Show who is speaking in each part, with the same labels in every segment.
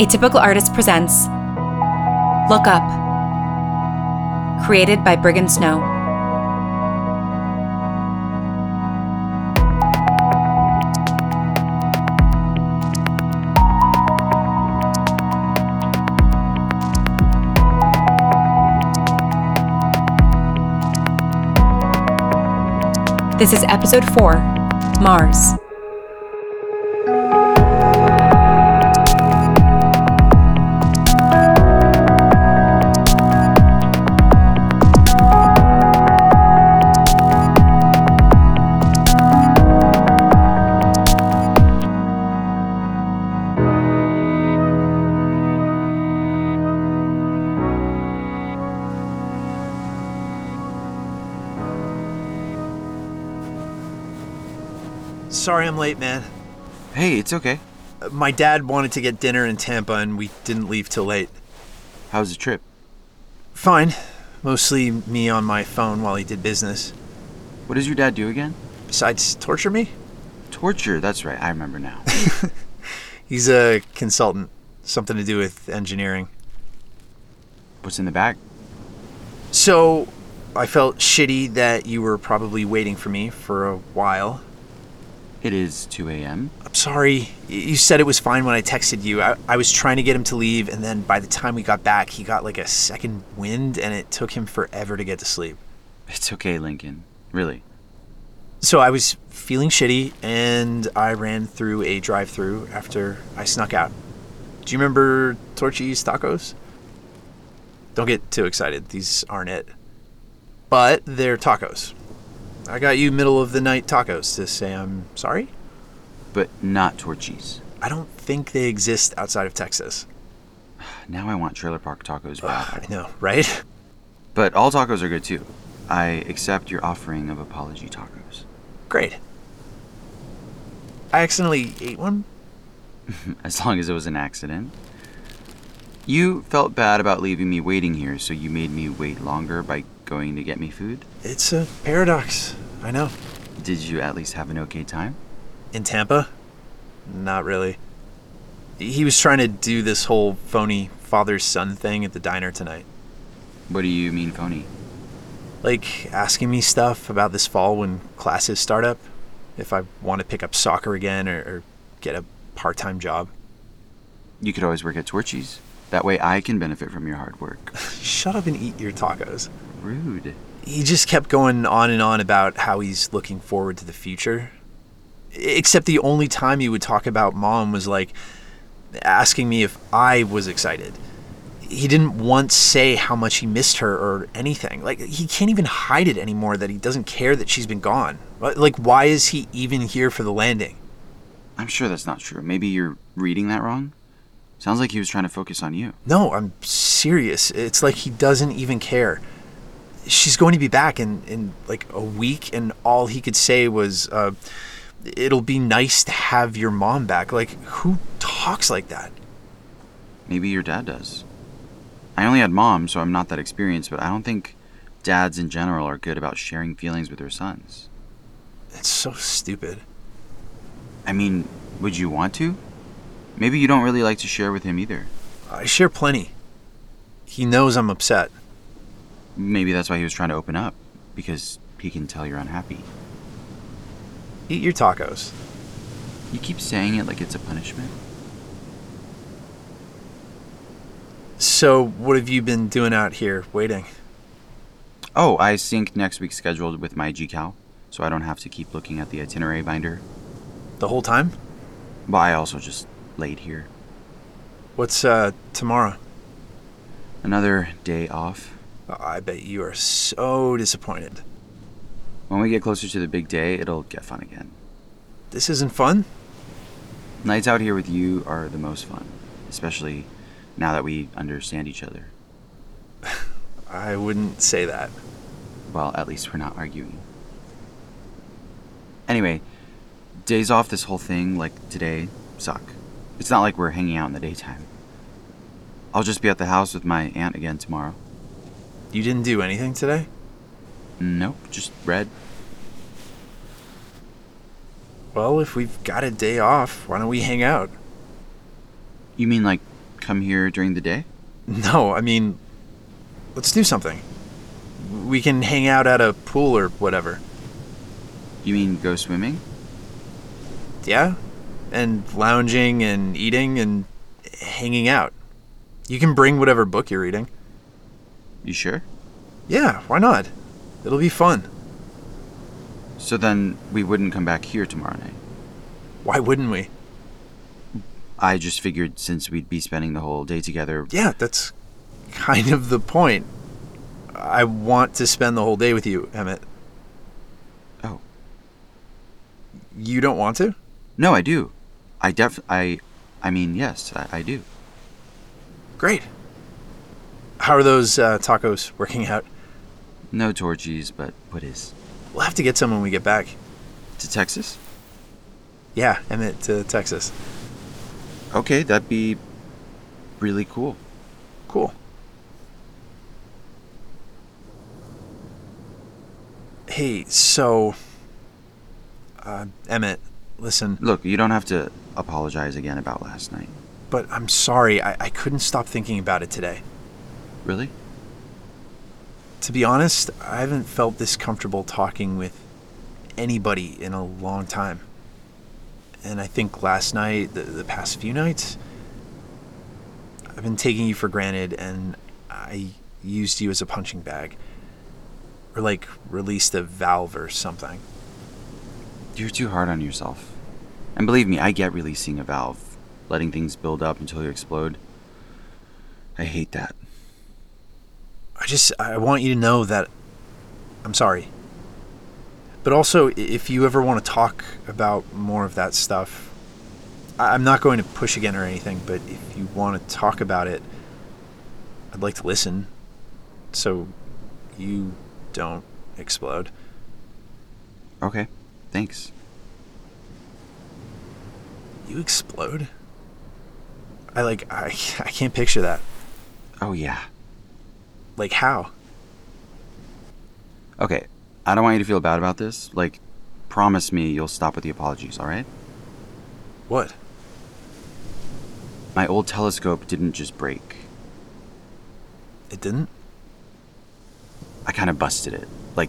Speaker 1: A Typical Artist presents Look Up, created by Brigham Snow. This is episode 4 Mars.
Speaker 2: Sorry I'm late, man.
Speaker 3: Hey, it's okay.
Speaker 2: Uh, My dad wanted to get dinner in Tampa and we didn't leave till late.
Speaker 3: How's the trip?
Speaker 2: Fine. Mostly me on my phone while he did business.
Speaker 3: What does your dad do again?
Speaker 2: Besides, torture me?
Speaker 3: Torture, that's right, I remember now.
Speaker 2: He's a consultant. Something to do with engineering.
Speaker 3: What's in the bag?
Speaker 2: So, I felt shitty that you were probably waiting for me for a while.
Speaker 3: It is 2 a.m.
Speaker 2: I'm sorry. Y- You said it was fine when I texted you. I, I was trying to get him to leave, and then by the time we got back, he got like a second wind, and it took him forever to get to sleep.
Speaker 3: It's okay, Lincoln. Really.
Speaker 2: So I was feeling shitty and I ran through a drive through after I snuck out. Do you remember Torchy's tacos? Don't get too excited, these aren't it. But they're tacos. I got you middle of the night tacos to say I'm sorry.
Speaker 3: But not torchies.
Speaker 2: I don't think they exist outside of Texas.
Speaker 3: Now I want trailer park tacos
Speaker 2: I
Speaker 3: bad.
Speaker 2: know, right?
Speaker 3: but all tacos are good too. I accept your offering of apology tacos.
Speaker 2: Great. I accidentally ate one.
Speaker 3: As long as it was an accident. You felt bad about leaving me waiting here, so you made me wait longer by going to get me food?
Speaker 2: It's a paradox. I know.
Speaker 3: Did you at least have an okay time?
Speaker 2: In Tampa? Not really. He was trying to do this whole phony father son thing at the diner tonight.
Speaker 3: What do you mean, phony?
Speaker 2: Like asking me stuff about this fall when classes start up, if I want to pick up soccer again or, or get a part time job.
Speaker 3: You could always work at Torchies. That way I can benefit from your hard work.
Speaker 2: Shut up and eat your tacos.
Speaker 3: Rude.
Speaker 2: He just kept going on and on about how he's looking forward to the future. Except the only time he would talk about mom was like asking me if I was excited. He didn't once say how much he missed her or anything. Like, he can't even hide it anymore that he doesn't care that she's been gone. Like, why is he even here for the landing?
Speaker 3: I'm sure that's not true. Maybe you're reading that wrong. Sounds like he was trying to focus on you.
Speaker 2: No, I'm serious. It's like he doesn't even care. She's going to be back in, in like a week, and all he could say was, uh, It'll be nice to have your mom back. Like, who talks like that?
Speaker 3: Maybe your dad does. I only had mom, so I'm not that experienced, but I don't think dads in general are good about sharing feelings with their sons.
Speaker 2: It's so stupid.
Speaker 3: I mean, would you want to? Maybe you don't really like to share with him either.
Speaker 2: I share plenty. He knows I'm upset.
Speaker 3: Maybe that's why he was trying to open up, because he can tell you're unhappy.
Speaker 2: Eat your tacos.
Speaker 3: You keep saying it like it's a punishment.
Speaker 2: So, what have you been doing out here waiting?
Speaker 3: Oh, I sync next week's schedule with my GCal, so I don't have to keep looking at the itinerary binder.
Speaker 2: The whole time?
Speaker 3: But I also just laid here.
Speaker 2: What's uh, tomorrow?
Speaker 3: Another day off.
Speaker 2: I bet you are so disappointed.
Speaker 3: When we get closer to the big day, it'll get fun again.
Speaker 2: This isn't fun?
Speaker 3: Nights out here with you are the most fun, especially now that we understand each other.
Speaker 2: I wouldn't say that.
Speaker 3: Well, at least we're not arguing. Anyway, days off this whole thing, like today, suck. It's not like we're hanging out in the daytime. I'll just be at the house with my aunt again tomorrow.
Speaker 2: You didn't do anything today?
Speaker 3: Nope, just read.
Speaker 2: Well, if we've got a day off, why don't we hang out?
Speaker 3: You mean like come here during the day?
Speaker 2: No, I mean, let's do something. We can hang out at a pool or whatever.
Speaker 3: You mean go swimming?
Speaker 2: Yeah? And lounging and eating and hanging out. You can bring whatever book you're reading.
Speaker 3: You sure?
Speaker 2: Yeah, why not? It'll be fun.
Speaker 3: So then we wouldn't come back here tomorrow night.
Speaker 2: Why wouldn't we?
Speaker 3: I just figured since we'd be spending the whole day together,
Speaker 2: Yeah, that's kind of the point. I want to spend the whole day with you, Emmett.
Speaker 3: Oh.
Speaker 2: You don't want to?
Speaker 3: No, I do. I def I I mean, yes, I, I do.
Speaker 2: Great. How are those uh, tacos working out?
Speaker 3: No torchies, but what is?
Speaker 2: We'll have to get some when we get back.
Speaker 3: To Texas?
Speaker 2: Yeah, Emmett to Texas.
Speaker 3: Okay, that'd be really cool.
Speaker 2: Cool. Hey, so. Uh, Emmett, listen,
Speaker 3: Look, you don't have to apologize again about last night.
Speaker 2: but I'm sorry, I, I couldn't stop thinking about it today.
Speaker 3: Really?
Speaker 2: To be honest, I haven't felt this comfortable talking with anybody in a long time. And I think last night, the, the past few nights, I've been taking you for granted and I used you as a punching bag. Or like released a valve or something.
Speaker 3: You're too hard on yourself. And believe me, I get releasing a valve, letting things build up until you explode. I hate that.
Speaker 2: I just I want you to know that I'm sorry. But also, i- if you ever want to talk about more of that stuff, I- I'm not going to push again or anything. But if you want to talk about it, I'd like to listen, so you don't explode.
Speaker 3: Okay, thanks.
Speaker 2: You explode? I like I I can't picture that.
Speaker 3: Oh, yeah.
Speaker 2: Like how?
Speaker 3: Okay, I don't want you to feel bad about this. Like, promise me you'll stop with the apologies, alright?
Speaker 2: What?
Speaker 3: My old telescope didn't just break,
Speaker 2: It didn't.
Speaker 3: I kind of busted it. Like,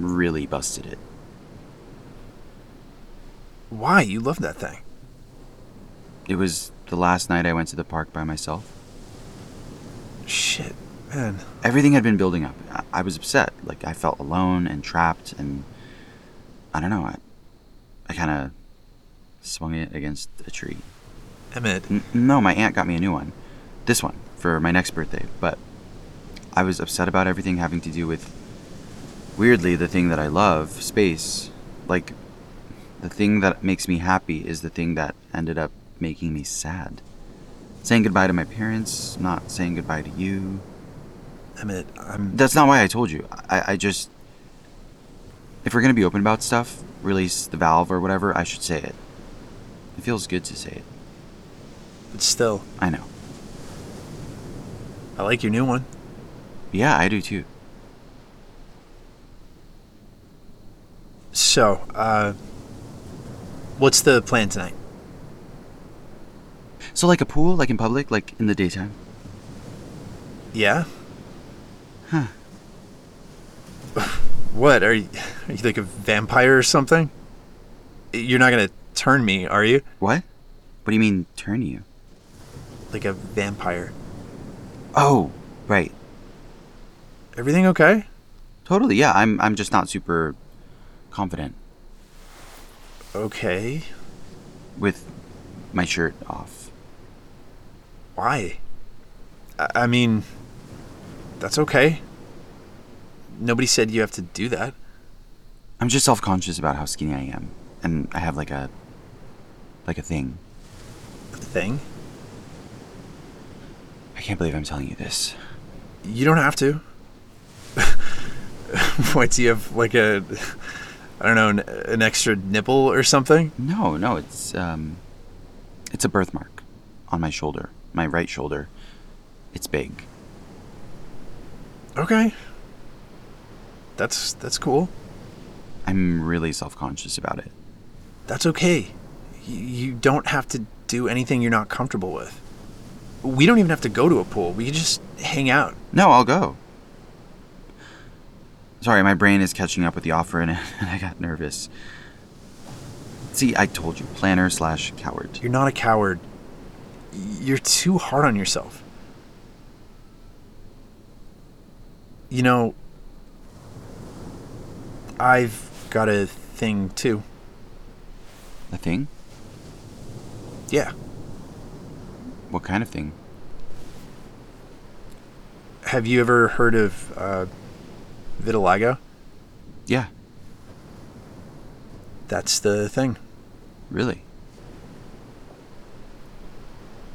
Speaker 3: really busted it.
Speaker 2: Why? You love that thing.
Speaker 3: It was the last night I went to the park by myself.
Speaker 2: Shit, man.
Speaker 3: everything had been building up. I, I was upset. Like I felt alone and trapped, and I don't know. I, I kind of swung it against a tree.
Speaker 2: Emmett.
Speaker 3: N- no, my aunt got me a new one. This one for my next birthday. But I was upset about everything having to do with weirdly the thing that I love, space. Like the thing that makes me happy is the thing that ended up making me sad. Saying goodbye to my parents, not saying goodbye to you,
Speaker 2: Emmett. I'm.
Speaker 3: that's not why I told you. I, I just. If we're gonna be open about stuff, release the valve or whatever, I should say it. It feels good to say it.
Speaker 2: But still,
Speaker 3: I know.
Speaker 2: I like your new one.
Speaker 3: Yeah, I do too.
Speaker 2: So, uh, what's the plan tonight?
Speaker 3: So, like a pool, like in public, like in the daytime?
Speaker 2: Yeah.
Speaker 3: Huh.
Speaker 2: What are you? Are you like a vampire or something? You're not gonna turn me, are you?
Speaker 3: What? What do you mean, turn you?
Speaker 2: Like a vampire.
Speaker 3: Oh, right.
Speaker 2: Everything okay?
Speaker 3: Totally, yeah. I'm, I'm just not super confident
Speaker 2: Okay.
Speaker 3: with my shirt off.
Speaker 2: Why? I, I mean, that's okay. Nobody said you have to do that.
Speaker 3: I'm just self conscious about how skinny I am. And I have like a. like a thing.
Speaker 2: Thing.
Speaker 3: I can't believe I'm telling you this.
Speaker 2: You don't have to. what do you have like a I don't know an, an extra nipple or something?
Speaker 3: No, no, it's um, it's a birthmark on my shoulder, my right shoulder. It's big.
Speaker 2: Okay. That's that's cool.
Speaker 3: I'm really self-conscious about it.
Speaker 2: That's okay. You, you don't have to do anything you're not comfortable with. we don't even have to go to a pool. We could just hang out.
Speaker 3: No, I'll go. Sorry, my brain is catching up with the offer and I got nervous. See, I told you, planner slash coward.
Speaker 2: You're not a coward. You're too hard on yourself. You know, I've got a thing too.
Speaker 3: A thing?
Speaker 2: Yeah.
Speaker 3: What kind of thing?
Speaker 2: Have you ever heard of uh, vitiligo?
Speaker 3: Yeah,
Speaker 2: That's the thing.
Speaker 3: really.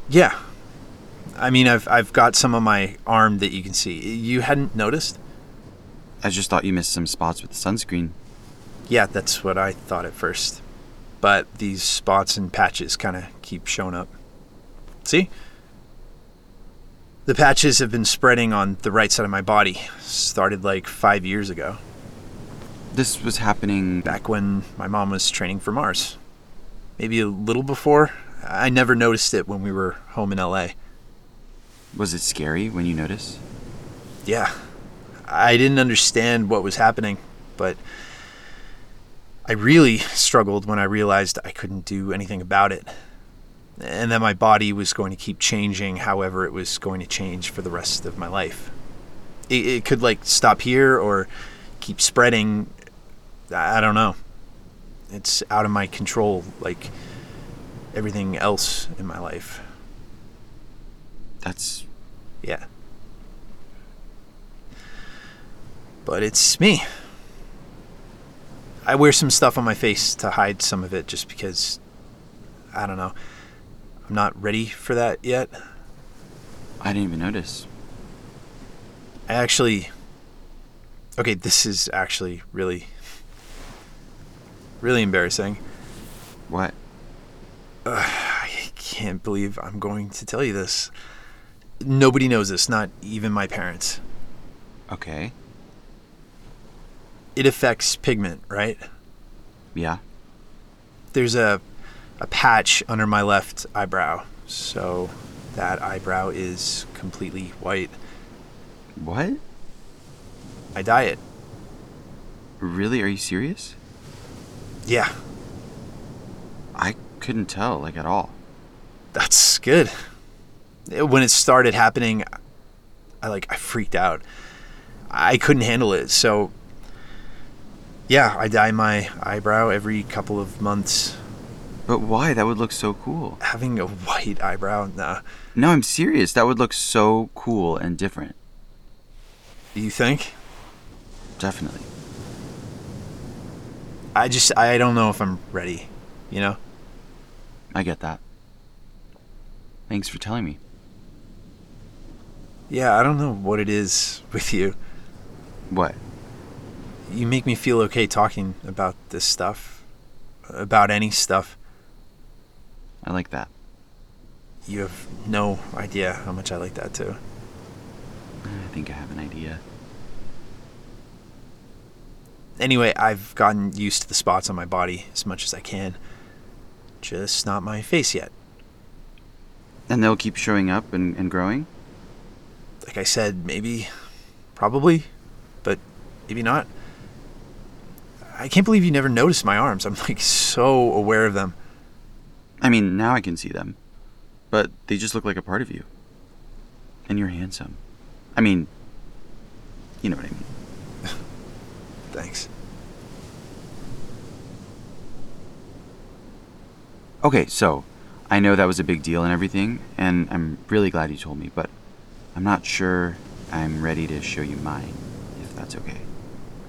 Speaker 2: Yeah. I mean, I've I've got some on my arm that you can see. You hadn't noticed?
Speaker 3: I just thought you missed some spots with the sunscreen.
Speaker 2: Yeah, that's what I thought at first. But these spots and patches kind of keep showing up. See? The patches have been spreading on the right side of my body. Started like five years ago,
Speaker 3: This was happening back.
Speaker 2: back when my mom was training for Mars. Maybe a little before. I never noticed it when we were home in LA.
Speaker 3: Was it scary when you noticed?
Speaker 2: yeah, I didn't understand what was happening, but I really struggled when I realized I couldn't do anything about it. And that my body was going to keep changing however it was going to change for the rest of my life. It, it could, like, stop here or keep spreading. I I don't know. It's out of my control, like everything else in my life.
Speaker 3: That's.
Speaker 2: Yeah. But it's me. I wear some stuff on my face to hide some of it just because I don't know. I'm not ready for that yet.
Speaker 3: I didn't even notice.
Speaker 2: I actually Okay, this is actually really really embarrassing.
Speaker 3: What?
Speaker 2: I can't believe I'm going to tell you this. Nobody knows this, not even my parents.
Speaker 3: Okay.
Speaker 2: It affects pigment, right?
Speaker 3: Yeah.
Speaker 2: there's a a patch under my left eyebrow, so that eyebrow is completely white.
Speaker 3: What?
Speaker 2: I dye it.
Speaker 3: Really? Are you serious?
Speaker 2: Yeah,
Speaker 3: I couldn't tell, like, at all.
Speaker 2: that's good. It- When it started happening, I like I freaked out. I couldn't handle it, so yeah, I dye my eyebrow every couple of months.
Speaker 3: But why? That would look so cool.
Speaker 2: Having a white eyebrow, nah.
Speaker 3: No, I'm serious. That would look so cool and different.
Speaker 2: Do you think?
Speaker 3: Definitely.
Speaker 2: I just I don't know if I'm ready, you know?
Speaker 3: I get that. Thanks for telling me.
Speaker 2: Yeah, I don't know what it is with you.
Speaker 3: What?
Speaker 2: you make me feel okay talking about this stuff, about any stuff.
Speaker 3: I like that.
Speaker 2: You have no idea how much I like that too.
Speaker 3: I think I have an idea.
Speaker 2: Anyway, I've gotten used to the spots on my body as much as I can. Just not my face yet.
Speaker 3: And they'll keep showing up and, and growing?
Speaker 2: Like I said, maybe, probably, but maybe not. I can't believe you never noticed my arms. I'm like so aware of them.
Speaker 3: I mean, now I can see them. But they just look like a part of you. And you're handsome. I mean, you know what I mean.
Speaker 2: Thanks.
Speaker 3: Okay, so I know that was a big deal and everything, and I'm really glad you told me, but I'm not sure I'm ready to show you mine, if that's okay.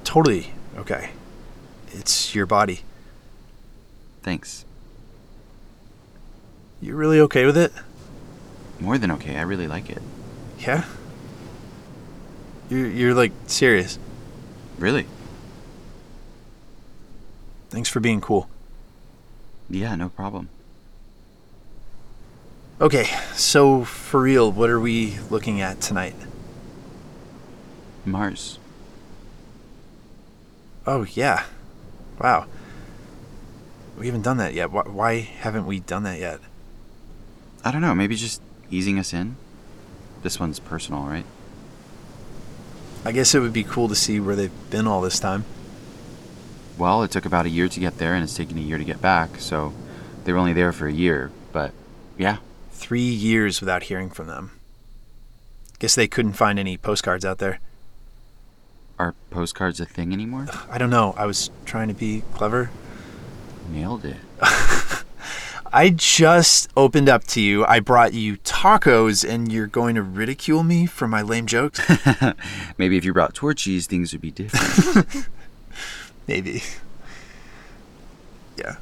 Speaker 2: Totally okay. It's your body.
Speaker 3: Thanks.
Speaker 2: You're really okay with it?
Speaker 3: More than okay, I really like it.
Speaker 2: Yeah. You're you're like serious.
Speaker 3: Really?
Speaker 2: Thanks for being cool.
Speaker 3: Yeah, no problem.
Speaker 2: Okay, so for real, what are we looking at tonight?
Speaker 3: Mars.
Speaker 2: Oh yeah, wow. We haven't done that yet. Why, why haven't we done that yet?
Speaker 3: I don't know, maybe just easing us in? This one's personal, right?
Speaker 2: I guess it would be cool to see where they've been all this time.
Speaker 3: Well, it took about a year to get there, and it's taken a year to get back, so they were only there for a year, but yeah.
Speaker 2: Three years without hearing from them. Guess they couldn't find any postcards out there.
Speaker 3: Are postcards a thing anymore?
Speaker 2: I don't know. I was trying to be clever.
Speaker 3: Nailed it.
Speaker 2: I just opened up to you. I brought you tacos, and you're going to ridicule me for my lame jokes?
Speaker 3: Maybe if you brought torchies, things would be different.
Speaker 2: Maybe. Yeah.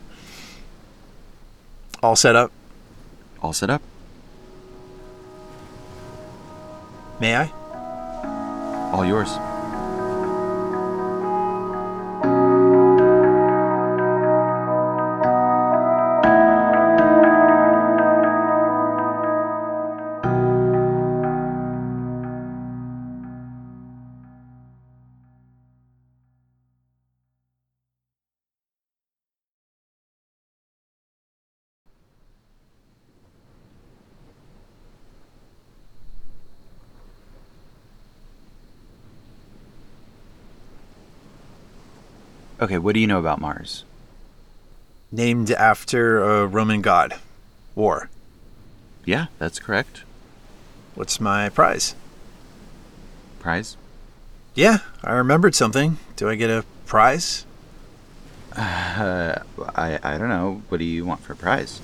Speaker 2: All set up.
Speaker 3: All set up.
Speaker 2: May I?
Speaker 3: All yours. Okay, what do you know about Mars?
Speaker 2: Named after a Roman god. War.
Speaker 3: Yeah, that's correct.
Speaker 2: What's my prize?
Speaker 3: Prize?
Speaker 2: Yeah, I remembered something. Do I get a prize?
Speaker 3: Uh, I, I don't know. What do you want for a prize?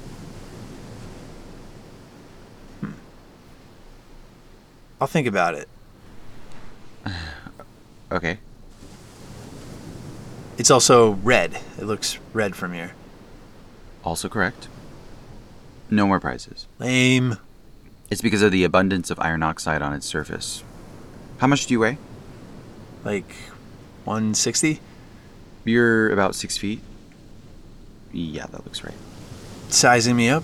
Speaker 2: I'll think about it.
Speaker 3: Okay.
Speaker 2: It's also red. It looks red from here.
Speaker 3: Also correct. No more prizes.
Speaker 2: Lame.
Speaker 3: It's because of the abundance of iron oxide on its surface. How much do you weigh?
Speaker 2: Like 160?
Speaker 3: You're about six feet. Yeah, that looks right.
Speaker 2: Sizing me up?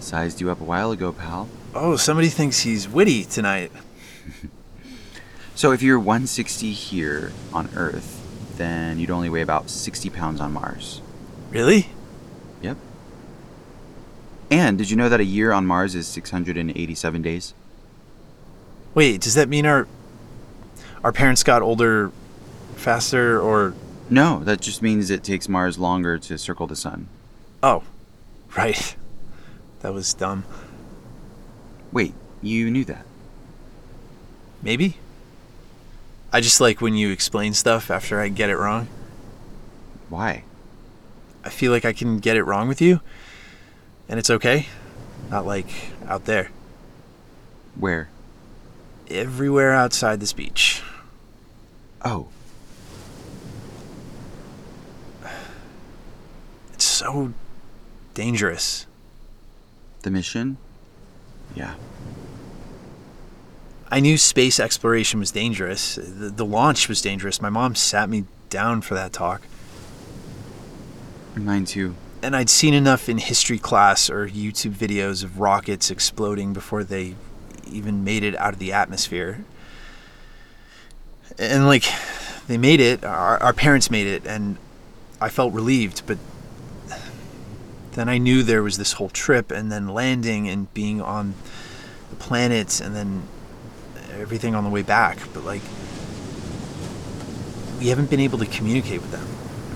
Speaker 3: Sized you up a while ago, pal.
Speaker 2: Oh, somebody thinks he's witty tonight.
Speaker 3: So if you're 160 here on Earth, then you'd only weigh about 60 pounds on Mars.
Speaker 2: Really?
Speaker 3: Yep. And did you know that a year on Mars is 687 days?
Speaker 2: Wait, does that mean our our parents got older faster or
Speaker 3: No, that just means it takes Mars longer to circle the sun.
Speaker 2: Oh. Right. That was dumb.
Speaker 3: Wait, you knew that?
Speaker 2: Maybe? I just like when you explain stuff after I get it wrong.
Speaker 3: Why?
Speaker 2: I feel like I can get it wrong with you and it's okay. Not like out there.
Speaker 3: Where?
Speaker 2: Everywhere outside this beach.
Speaker 3: Oh,
Speaker 2: It's so dangerous.
Speaker 3: the mission? Yeah.
Speaker 2: I knew space exploration was dangerous. The, the launch was dangerous. My mom sat me down for that talk.
Speaker 3: Mine too.
Speaker 2: And I'd seen enough in history class or YouTube videos of rockets exploding before they even made it out of the atmosphere. And like, they made it, our, our parents made it, and I felt relieved, but then I knew there was this whole trip and then landing and being on the planet and then everything on the way back. But like, we haven't been able to communicate with them.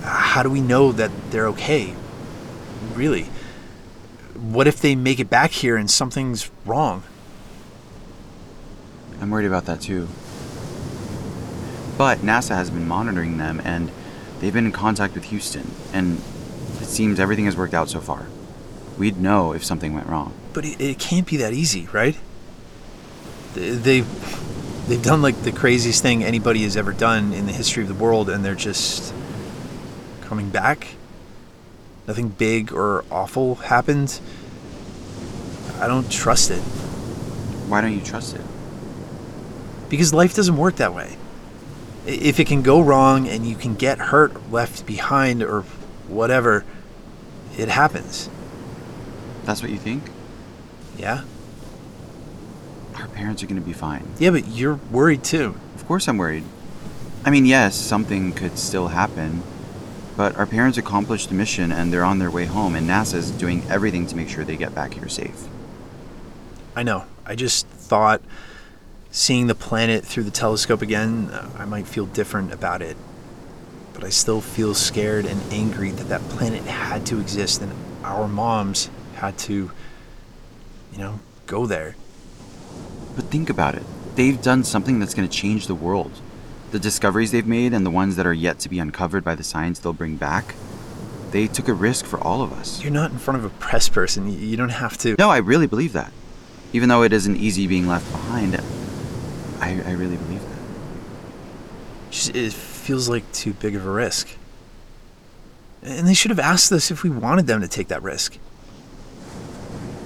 Speaker 2: How do we know that they're okay? Really? What if they make it back here and something's wrong?
Speaker 3: I'm worried about that too. But NASA has been monitoring them and they've been in contact with Houston, and it seems everything has worked out so far. We'd know if something went wrong.
Speaker 2: But it, it can't be that easy, right? They, they've, they've done like the craziest thing anybody has ever done in the history of the world, and they're just coming back. Nothing big or awful happened. I don't trust it
Speaker 3: Why don't you trust it?
Speaker 2: because life doesn't work that way. I- If it can go wrong and you can get hurt, left behind, or whatever, it happens.
Speaker 3: That's what you think?
Speaker 2: Yeah?
Speaker 3: Our parents are gonna be fine.
Speaker 2: Yeah, but you're worried too.
Speaker 3: Of course I'm worried. I mean, yes, something could still happen, but our parents accomplished the mission and they're on their way home, and NASA's doing everything to make sure they get back here safe.
Speaker 2: I I know. I just thought seeing the planet through the telescope again, uh, I might feel different about it. But I still feel scared and angry that that planet had to exist and our moms had to, you know, go there.
Speaker 3: But think about it. They've done something that's going to change the world. The discoveries they've made and the ones that are yet to be uncovered by the science they'll bring back, they took a risk for all of us.
Speaker 2: You're not in front of a press person. You- You don't have to.
Speaker 3: No, I really believe that. Even though it isn't easy being left behind, I, I really believe that.
Speaker 2: Just, it feels like too big of a risk. And they should have asked us if we wanted them to take that risk.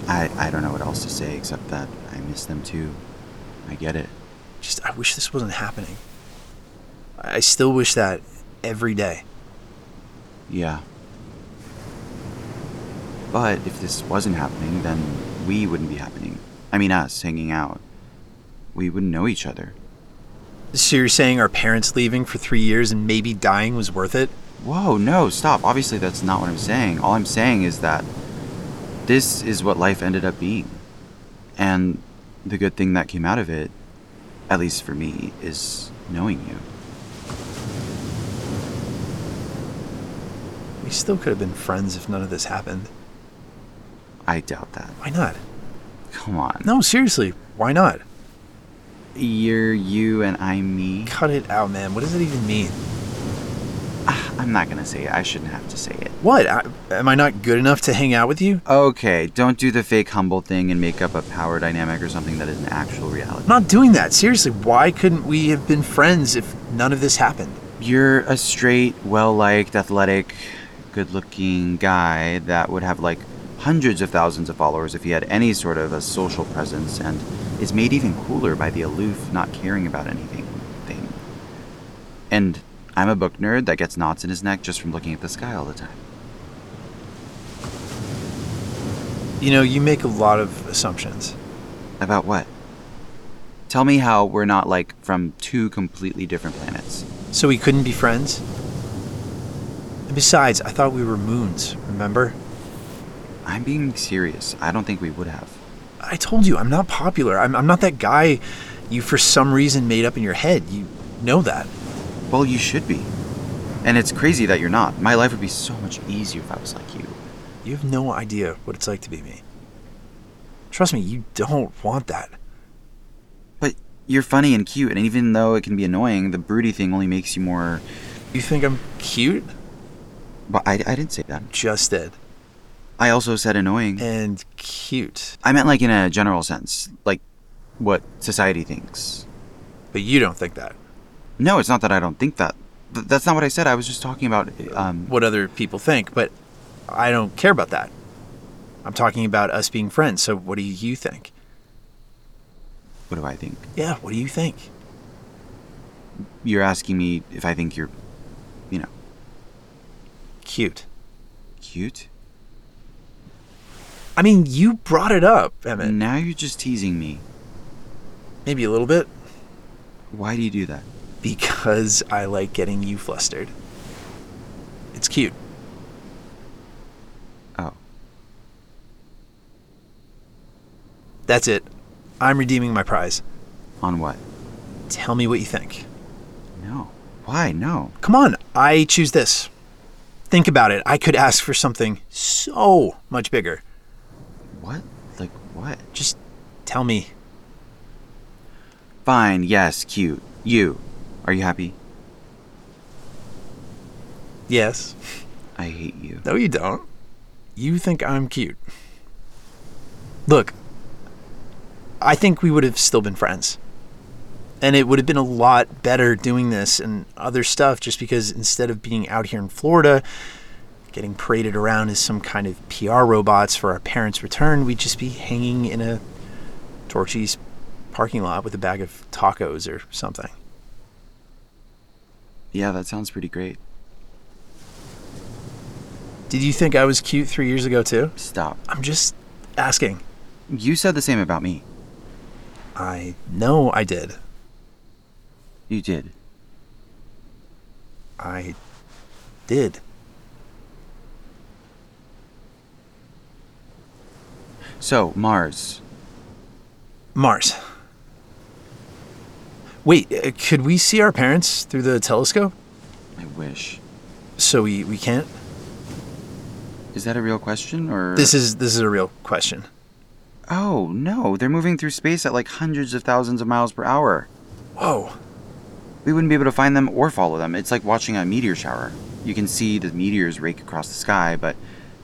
Speaker 3: I, I don't know what else to say except that I miss them too. I get it.
Speaker 2: Just, I wish this wasn't happening. I I still wish that every day.
Speaker 3: Yeah. But if this wasn't happening, then we wouldn't be happening. I mean, us hanging out. We wouldn't know each other.
Speaker 2: So you're saying our parents leaving for three years and maybe dying was worth it?
Speaker 3: Whoa, no, stop. Obviously, that's not what I'm saying. All I'm saying is that this is what life ended up being. And the good thing that came out of it, at least for me, is knowing you.
Speaker 2: We still could have been friends if none of this happened.
Speaker 3: I doubt that.
Speaker 2: Why not?
Speaker 3: Come on.
Speaker 2: No, seriously, why not?
Speaker 3: You're you and I'm me.
Speaker 2: Cut it out, man. What does it even mean?
Speaker 3: Ah, I'm not gonna say it. I shouldn't have to say it.
Speaker 2: What? I, am I not good enough to hang out with you?
Speaker 3: Okay, don't do the fake humble thing and make up a power dynamic or something that isn't actual reality.
Speaker 2: I'm not doing that. Seriously, why couldn't we have been friends if none of this happened?
Speaker 3: You're a straight, well liked, athletic, good looking guy that would have like hundreds of thousands of followers if he had any sort of a social presence and is made even cooler by the aloof, not caring about anything thing. And I'm a book nerd that gets knots in his neck just from looking at the sky all the time.
Speaker 2: You know, you make a lot of assumptions.
Speaker 3: About what? Tell me how we're not like from two completely different planets.
Speaker 2: So we couldn't be friends? And besides, I thought we were moons, remember?
Speaker 3: I'm being serious. I don't think we would have.
Speaker 2: I told you, I'm not popular. I'm, I'm not that guy you for some reason made up in your head. You know that.
Speaker 3: Well, you should be. And it's crazy that you're not. My life would be so much easier if I was like you.
Speaker 2: You have no idea what it's like to be me. Trust me, you don't want that.
Speaker 3: But you're funny and cute, and even though it can be annoying, the broody thing only makes you more.
Speaker 2: You think I'm cute?
Speaker 3: But I, I didn't say that.
Speaker 2: Just did.
Speaker 3: I also said annoying.
Speaker 2: And cute.
Speaker 3: I meant like in a general sense, like what society thinks.
Speaker 2: But you don't think that.
Speaker 3: No, it's not that I don't think that. Th- that's not what I said. I was just talking about. Um,
Speaker 2: What other people think, but I don't care about that. I'm talking about us being friends, so what do you think?
Speaker 3: what do I think?
Speaker 2: Yeah, what do you think?
Speaker 3: You're asking me if I think you're, you know,
Speaker 2: Cute.
Speaker 3: cute?
Speaker 2: I mean, you brought it up, Emmett.
Speaker 3: Now you're just teasing me.
Speaker 2: Maybe a little bit.
Speaker 3: Why do you do that?
Speaker 2: because I like getting you flustered. It's cute.
Speaker 3: Oh.
Speaker 2: That's it. I'm redeeming my prize.
Speaker 3: On what?
Speaker 2: Tell me what you think.
Speaker 3: No. Why? No.
Speaker 2: Come on, I choose this. Think about it. I could ask for something so much bigger.
Speaker 3: What? Like what?
Speaker 2: Just tell me.
Speaker 3: Fine, yes, cute. You. Are you happy?
Speaker 2: Yes.
Speaker 3: I hate you.
Speaker 2: No, you don't. You think I'm cute. Look, I think we would have still been friends. And it would have been a lot better doing this and other stuff just because instead of being out here in Florida, getting paraded around as some kind of PR robots for our parents' return, we'd just be hanging in a Torchy's parking lot with a bag of tacos or something.
Speaker 3: Yeah, that sounds pretty great.
Speaker 2: Did you think I was cute three years ago, too?
Speaker 3: Stop.
Speaker 2: I'm just asking.
Speaker 3: You said the same about me.
Speaker 2: I know I did.
Speaker 3: You did.
Speaker 2: I did.
Speaker 3: So, Mars.
Speaker 2: Mars. Wait, uh, could we see our parents through the telescope?
Speaker 3: I wish.
Speaker 2: So we, we can't?
Speaker 3: Is that a real question or
Speaker 2: This is this is a real question.
Speaker 3: Oh, no. They're moving through space at like hundreds of thousands of miles per hour.
Speaker 2: Whoa.
Speaker 3: We wouldn't be able to find them or follow them. It's like watching a meteor shower. You can see the meteors rake across the sky, but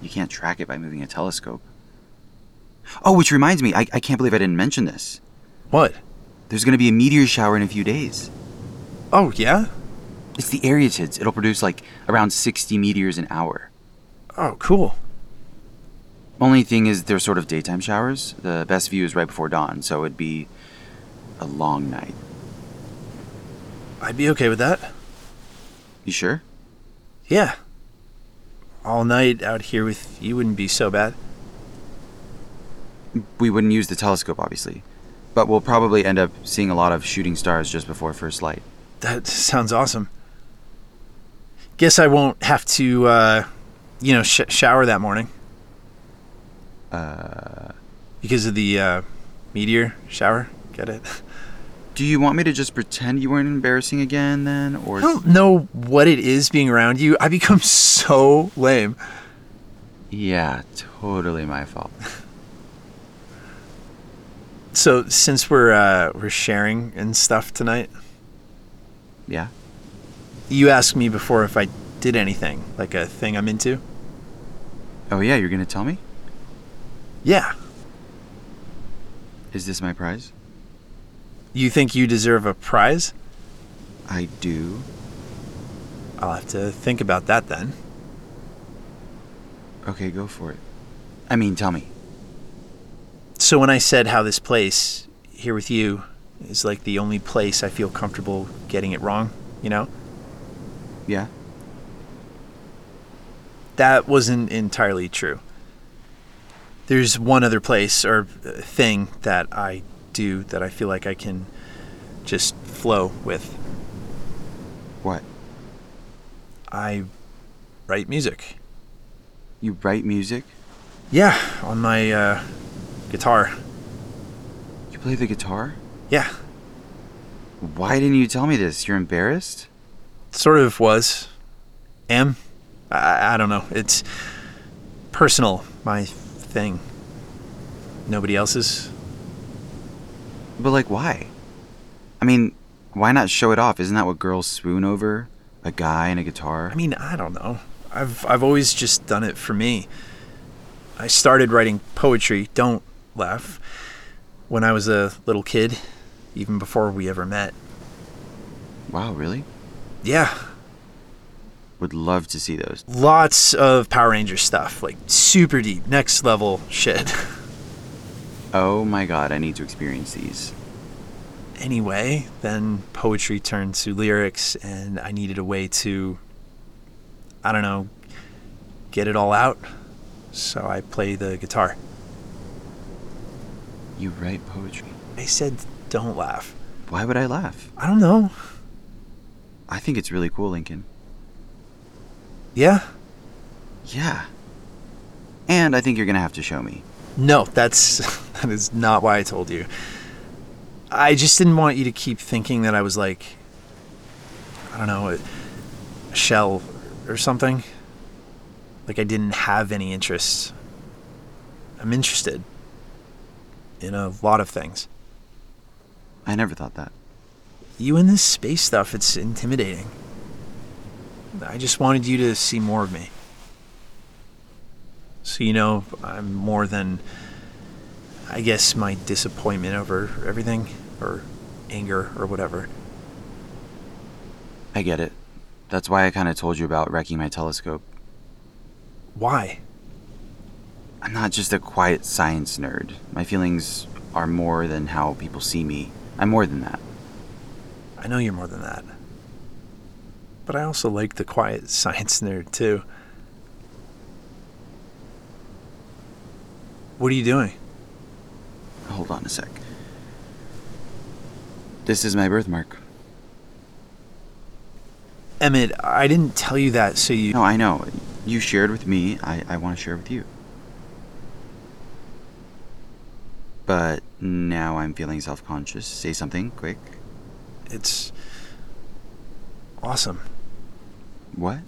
Speaker 3: you can't track it by moving a telescope. Oh, which reminds me, I, I can't believe I didn't mention this.
Speaker 2: What?
Speaker 3: There's going to be a meteor shower in a few days.
Speaker 2: Oh yeah?
Speaker 3: It's the Ariatids. It'll produce like around 60 meteors an hour.
Speaker 2: Oh cool.
Speaker 3: Only thing is, they're sort of daytime showers. The best view is right before dawn, so it'd be a long night.
Speaker 2: I'd be okay with that.
Speaker 3: You sure?
Speaker 2: Yeah. All night out here with you wouldn't be so bad.
Speaker 3: We wouldn't use the telescope, obviously, but we'll probably end up seeing a lot of shooting stars just before first light.
Speaker 2: That sounds awesome. Guess I won't have to, uh, you know, sh- shower that morning. Uh. Because of the uh, meteor shower. Get it?
Speaker 3: Do you want me to just pretend you weren't embarrassing again then, or
Speaker 2: I don't know what it is being around you. I become so lame.
Speaker 3: yeah, totally my fault.
Speaker 2: So since we're uh, we're sharing and stuff tonight,
Speaker 3: Yeah.
Speaker 2: you asked me before if I did anything like a thing I'm into.
Speaker 3: Oh yeah, you're gonna tell me?
Speaker 2: Yeah.
Speaker 3: Is this my prize?
Speaker 2: You think you deserve a prize?
Speaker 3: I do.
Speaker 2: I'll have to think about that then.
Speaker 3: Okay, go for it. I mean, tell me.
Speaker 2: So when I said how this place here with you is like the only place I feel comfortable getting it wrong, you know,
Speaker 3: Yeah.
Speaker 2: that wasn't entirely true. There's one other place or uh, thing that I do that I feel like I can just flow with.
Speaker 3: What?
Speaker 2: I write music.
Speaker 3: You write music?
Speaker 2: Yeah, on my uh, guitar.
Speaker 3: You play the guitar?
Speaker 2: Yeah,
Speaker 3: Why didn't you tell me this? You're embarrassed?
Speaker 2: sort of was, am. I, I don't know. It's personal, my thing. Nobody else's.
Speaker 3: But like why? I mean, why not show it off? Isn't that what girls swoon over? A guy and a guitar?
Speaker 2: I mean, I don't know. I've I've always just done it for me. I started writing poetry. Don't laugh. When I was a little kid, even before we ever met.
Speaker 3: wow, really?
Speaker 2: Yeah,
Speaker 3: Would love to see those.
Speaker 2: lots of Power Ranger stuff, like super deep, next level shit.
Speaker 3: Oh my god, I need to experience these.
Speaker 2: anyway, then poetry turned to lyrics, and I needed a way to, I don't know, get it all out. So I play the guitar.
Speaker 3: You write poetry.
Speaker 2: I said, don't laugh.
Speaker 3: Why would I laugh?
Speaker 2: I don't know.
Speaker 3: I think it's really cool, Lincoln.
Speaker 2: Yeah?
Speaker 3: Yeah. And I think you're gonna have to show me.
Speaker 2: No, that's that is not why I told you. I just didn't want you to keep thinking that I was like, I don't know, a, a shell or something. Like I didn't have any interests. I'm interested in a lot of things.
Speaker 3: I never thought that.
Speaker 2: You and this space stuff, it's intimidating. I just wanted you to see more of me. So you know, I'm more than, I guess, my disappointment over everything, or anger, or whatever.
Speaker 3: I get it. That's why I kinda told you about wrecking my telescope.
Speaker 2: Why?
Speaker 3: I'm not just a quiet science nerd. My feelings are more than how people see me. I'm more than that.
Speaker 2: I know you're more than that. But I also like the quiet science nerd, too. What are you doing?
Speaker 3: Hold on a sec. This is my birthmark.
Speaker 2: Emmett, I didn't tell you that so you.
Speaker 3: No, I know. You shared with me. I, I want to share with you. But now I'm feeling self conscious. Say something quick.
Speaker 2: It's awesome.
Speaker 3: What?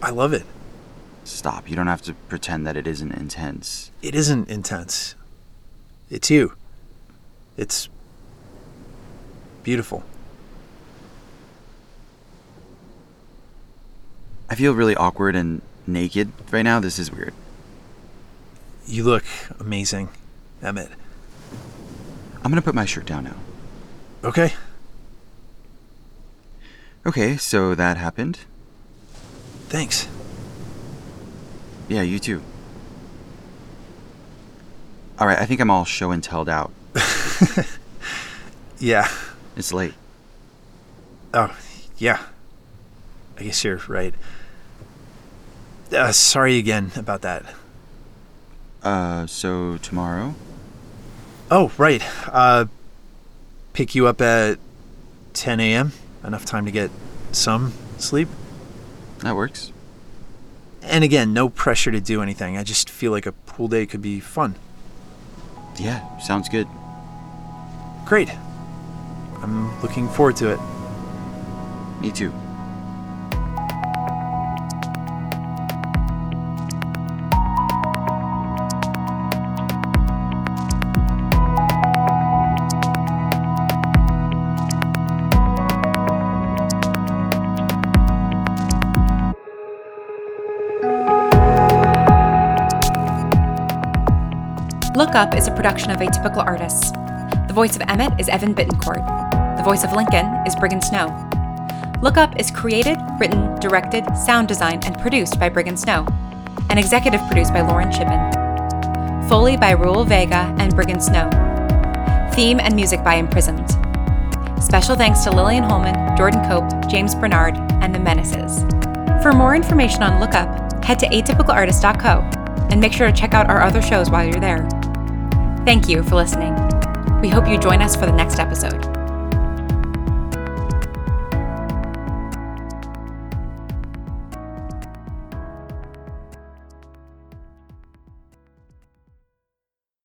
Speaker 2: I love it.
Speaker 3: Stop. You don't have to pretend that it isn't intense.
Speaker 2: It isn't intense. It's you. It's beautiful.
Speaker 3: I feel really awkward and naked right now. This is weird.
Speaker 2: You look amazing, Emmett.
Speaker 3: I'm gonna put my shirt down now.
Speaker 2: Okay.
Speaker 3: Okay, so that happened.
Speaker 2: Thanks.
Speaker 3: Yeah, you too. All right, I think I'm all show and telled out.
Speaker 2: Yeah.
Speaker 3: It's late.
Speaker 2: Oh, yeah. I guess you're right. Uh, sorry again about that.
Speaker 3: Uh, so tomorrow?
Speaker 2: Oh, right. Uh, pick you up at 10 a.m. Enough time to get some sleep.
Speaker 3: That works.
Speaker 2: And again, no pressure to do anything. I just feel like a pool day could be fun.
Speaker 3: Yeah, sounds good.
Speaker 2: Great. I'm looking forward to it.
Speaker 3: Me too.
Speaker 1: Look Up is a production of Atypical Artists. The voice of Emmett is Evan Bittencourt. The voice of Lincoln is Brigham Snow. Look Up is created, written, directed, sound designed, and produced by Brigham Snow, and executive produced by Lauren Chippen. Foley by Raul Vega and Brigham Snow. Theme and music by Imprisoned. Special thanks to Lillian Holman, Jordan Cope, James Bernard, and The Menaces. For more information on Lookup, head to atypicalartist.co and make sure to check out our other shows while you're there. Thank you for listening. We hope you join us for the next episode.